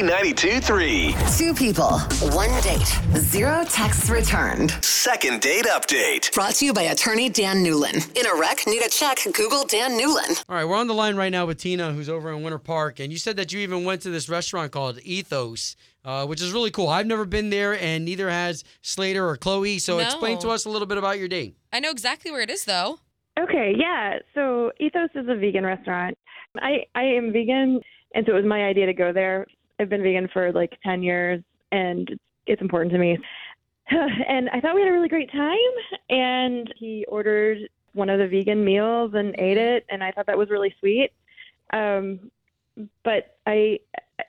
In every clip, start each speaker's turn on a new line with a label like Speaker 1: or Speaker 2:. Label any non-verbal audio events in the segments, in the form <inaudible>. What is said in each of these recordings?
Speaker 1: K92 3.
Speaker 2: Two people, one date, zero texts returned.
Speaker 1: Second date update.
Speaker 2: Brought to you by attorney Dan Newlin. In a wreck, need a check, Google Dan Newlin.
Speaker 3: All right, we're on the line right now with Tina, who's over in Winter Park, and you said that you even went to this restaurant called Ethos, uh, which is really cool. I've never been there, and neither has Slater or Chloe. So explain
Speaker 4: No.
Speaker 3: to us a little bit about your date.
Speaker 4: I know exactly where it is, though.
Speaker 5: Okay, yeah. So Ethos is a vegan restaurant. I I am vegan, and so it was my idea to go there. I've been vegan for like ten years, and it's important to me. <laughs> and I thought we had a really great time. And he ordered one of the vegan meals and ate it, and I thought that was really sweet. Um, but I.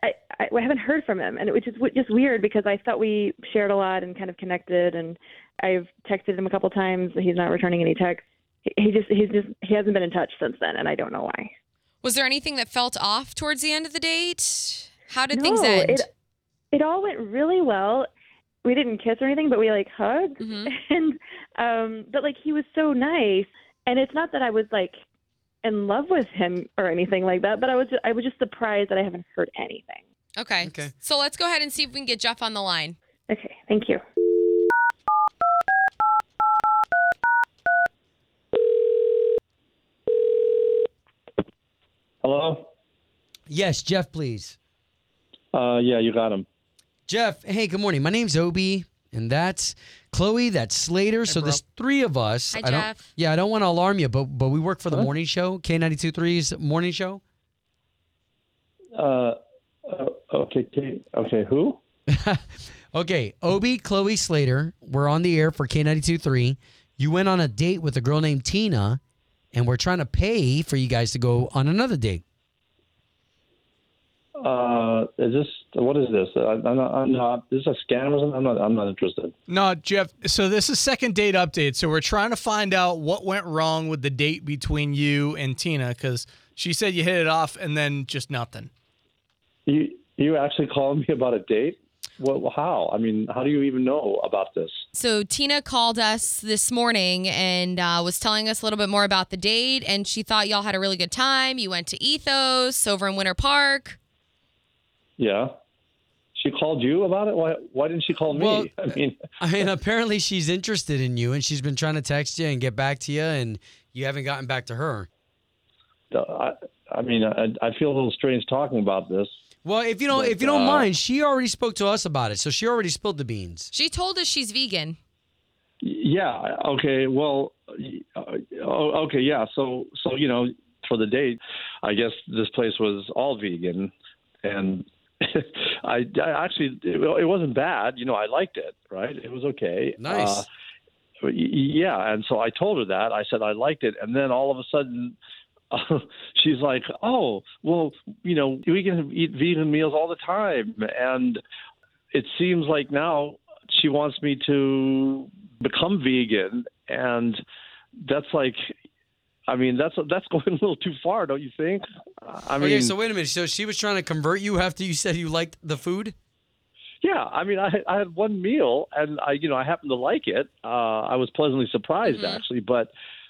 Speaker 5: I, I, I haven't heard from him, and it was just just weird because I thought we shared a lot and kind of connected. And I've texted him a couple times, and he's not returning any texts he- he just he's just he hasn't been in touch since then and i don't know why
Speaker 4: Was there anything that felt off towards the end of the date? How did things end?
Speaker 5: it it all went really well we didn't kiss or anything but we like hugged
Speaker 4: Mhm.
Speaker 5: <laughs> and um but like he was so nice and it's not that i was like in love with him or anything like that but i was i was just surprised that i haven't heard anything
Speaker 4: Okay.
Speaker 3: Okay.
Speaker 4: So let's go ahead and see if we can get Jeff on the line.
Speaker 5: okay thank you
Speaker 6: Hello.
Speaker 3: Yes, Jeff, please.
Speaker 6: Uh, yeah, you got him.
Speaker 3: Jeff, hey, good morning. My name's Obi, and that's Chloe, that's Slater. so there's three of us.
Speaker 4: Hi,
Speaker 3: I don't,
Speaker 4: Jeff.
Speaker 3: Yeah, I don't want to alarm you, but but we work for the morning show, K92.3's morning show.
Speaker 6: Uh, uh, okay, okay, okay. Who?
Speaker 3: Okay, Obi, Chloe, Slater, we're on the air for K92.3. You went on a date with a girl named Tina, and we're trying to pay for you guys to go on another date.
Speaker 6: Uh, is this what is this? I, I'm not. I'm not. This is a scam or something. I'm not. I'm not interested.
Speaker 7: No, Jeff. So this is second date update. So we're trying to find out what went wrong with the date between you and Tina because she said you hit it off and then just nothing.
Speaker 6: You you actually called me <laughs> about a date? What? How? I mean, how do you even know about this?
Speaker 4: So Tina called us this morning and uh, was telling us a little bit more about the date, and she thought y'all had a really good time. You went to Ethos over in Winter Park.
Speaker 6: Yeah. She called you about it. Why? Why didn't she call me?
Speaker 3: Well,
Speaker 6: <laughs> I mean,
Speaker 3: I mean, apparently she's interested in you, and she's been trying to text you and get back to you, and you haven't gotten back to her.
Speaker 6: I, I mean, I, I feel a little strange talking about this.
Speaker 3: Well, if you don't,
Speaker 6: But,
Speaker 3: if you don't
Speaker 6: uh,
Speaker 3: mind, she already spoke to us about it, so she already spilled the beans.
Speaker 4: She told us she's vegan.
Speaker 6: Yeah. Okay. Well. y- uh, oh, Okay. Yeah. So so you know for the date, I guess this place was all vegan, and <laughs> I, I actually it, it wasn't bad. You know, I liked it. Right. It was okay.
Speaker 3: Nice.
Speaker 6: Uh, y- yeah. And so I told her that I said I liked it, and then all of a sudden. <laughs> she's like, oh, well, you know, we can eat vegan meals all the time, and it seems like now she wants me to become vegan and that's like i mean that's that's <laughs> going a little too far don't you think i mean
Speaker 3: okay, so wait a minute. So she was trying to convert you after you said you liked the food.
Speaker 6: yeah i mean i i had one meal and i you know i happened to like it uh i was pleasantly surprised
Speaker 7: Mm-hmm.
Speaker 6: actually but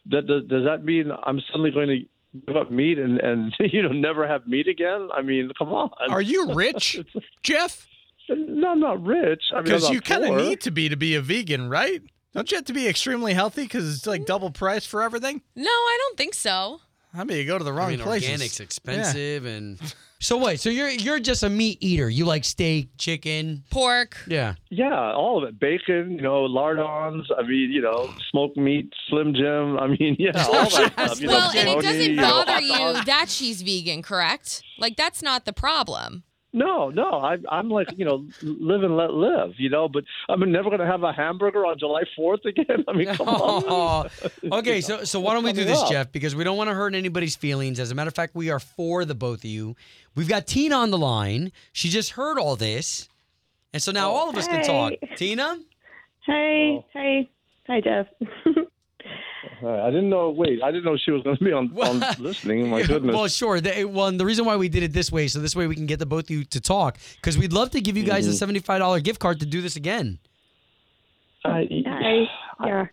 Speaker 6: that does, does that mean i'm suddenly going to give up meat and and <laughs> you know never have meat again i mean come on
Speaker 7: Are
Speaker 6: <laughs>
Speaker 7: you rich, Jeff?
Speaker 6: no i'm not rich i mean I'm
Speaker 7: Because
Speaker 6: not
Speaker 7: you kind of
Speaker 6: poor.
Speaker 7: need to be to be a vegan, right? Don't you have to be extremely healthy because it's like double price for everything?
Speaker 4: No, I don't think so.
Speaker 7: I mean, you go to the wrong
Speaker 3: I mean,
Speaker 7: places.
Speaker 3: organic's expensive, and <laughs> so wait. So you're you're just a meat eater. You like steak, chicken.
Speaker 4: Pork.
Speaker 3: Yeah.
Speaker 6: Yeah, all of it. Bacon, you know, lardons. I mean, you know, smoked meat, Slim Jim. I mean, <laughs> yeah, all that stuff. You know,
Speaker 4: Well, and it
Speaker 6: bologna,
Speaker 4: doesn't
Speaker 6: you know,
Speaker 4: bother
Speaker 6: hot dogs.
Speaker 4: you that she's vegan, correct? Like that's not the problem.
Speaker 6: No, no. I, I'm like, you know, live and let live. You know, but I'm never going to have a hamburger on July 4th again. <laughs> I mean, <laughs> come
Speaker 3: <laughs> Oh.
Speaker 6: on. <laughs>
Speaker 3: okay, so so why don't we do this,
Speaker 6: Coming up.
Speaker 3: Jeff? Because we don't want to hurt anybody's feelings. As a matter of fact, we are for the both of you. We've got Tina on the line. She just heard all this, and so now all of us can talk.
Speaker 5: Hey.
Speaker 3: Tina,
Speaker 5: hey hey hi jeff <laughs>
Speaker 6: All right, I didn't know. Wait, I didn't know she was going to be on, on
Speaker 3: What? <laughs>
Speaker 6: listening. My
Speaker 3: Yeah,
Speaker 6: goodness.
Speaker 3: Well, sure. The, well, and the reason why we did it this way, so this way we can get the both of you to talk, because we'd love to give you guys a seventy-five dollar gift card to do this again.
Speaker 6: I,
Speaker 5: hi <laughs> yeah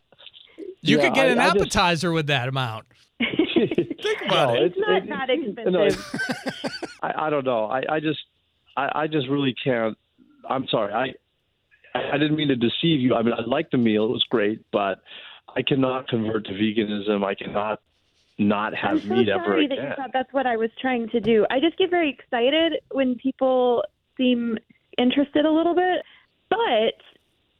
Speaker 7: You
Speaker 6: Yeah,
Speaker 7: could get
Speaker 6: I-
Speaker 7: an
Speaker 6: I just-
Speaker 7: appetizer with that amount.
Speaker 6: think <laughs>
Speaker 3: <laughs>
Speaker 7: about it.
Speaker 5: it's not that expensive
Speaker 6: I, I don't know. I, I just I, I just really can't. I'm sorry. I I didn't mean to deceive you. I mean, I liked the meal; it was great, but I cannot convert to veganism. I cannot not have
Speaker 5: I'm so
Speaker 6: meat ever
Speaker 5: sorry that you
Speaker 6: again.
Speaker 5: thought that's what I was trying to do. I just get very excited when people seem interested a little bit, but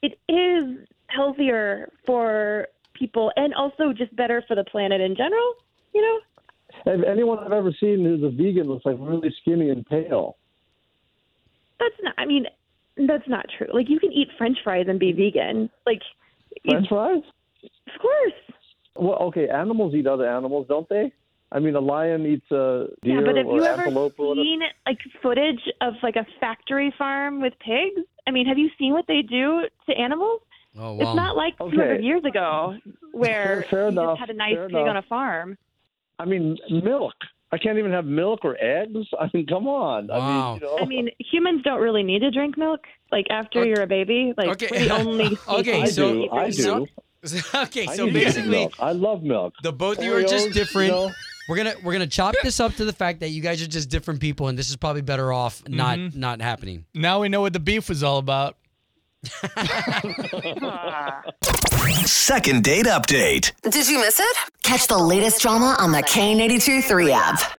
Speaker 5: it is healthier for people and also just better for the planet in general. You know,
Speaker 6: Have anyone I've ever seen who's a vegan looks like really skinny and pale.
Speaker 5: that's not. I mean, that's not true. Like you can eat French fries and be vegan. Like, you-
Speaker 6: French fries?
Speaker 5: of course.
Speaker 6: Well, okay, animals eat other animals, don't they? I mean, a lion eats a deer
Speaker 5: yeah, but have
Speaker 6: or
Speaker 5: you ever
Speaker 6: antelope or whatever.
Speaker 5: seen like footage of like a factory farm with pigs? I mean, have you seen what they do to animals?
Speaker 3: Oh
Speaker 5: It's not like
Speaker 6: Okay.
Speaker 5: 200 years ago where
Speaker 6: Fair
Speaker 5: you
Speaker 6: enough,
Speaker 5: just had a nice
Speaker 6: fair
Speaker 5: pig
Speaker 6: enough.
Speaker 5: on a farm.
Speaker 6: I mean, milk. I can't even have milk or eggs. <laughs> I mean, come on.
Speaker 3: Wow.
Speaker 6: I mean, you know,
Speaker 5: I mean, humans don't really need to drink milk. Like after
Speaker 3: Okay.
Speaker 5: you're a baby, like
Speaker 3: Okay. <laughs>
Speaker 5: we're the only.
Speaker 3: Okay,
Speaker 6: I
Speaker 5: species
Speaker 3: so-
Speaker 5: that
Speaker 6: do.
Speaker 5: eats
Speaker 6: I do.
Speaker 5: milk.
Speaker 3: so- <laughs> okay,
Speaker 6: I
Speaker 3: so
Speaker 6: need to eat
Speaker 3: basically,
Speaker 6: milk. I love milk.
Speaker 3: the both of you are
Speaker 6: Oreos,
Speaker 3: just different.
Speaker 6: you know?
Speaker 3: We're gonna we're gonna chop this up to the fact that you guys are just different people, and this is probably better off not not happening.
Speaker 7: Now we know what the beef was all about.
Speaker 1: Second date update.
Speaker 2: Did you miss it? Catch the latest drama on the K82 3 app.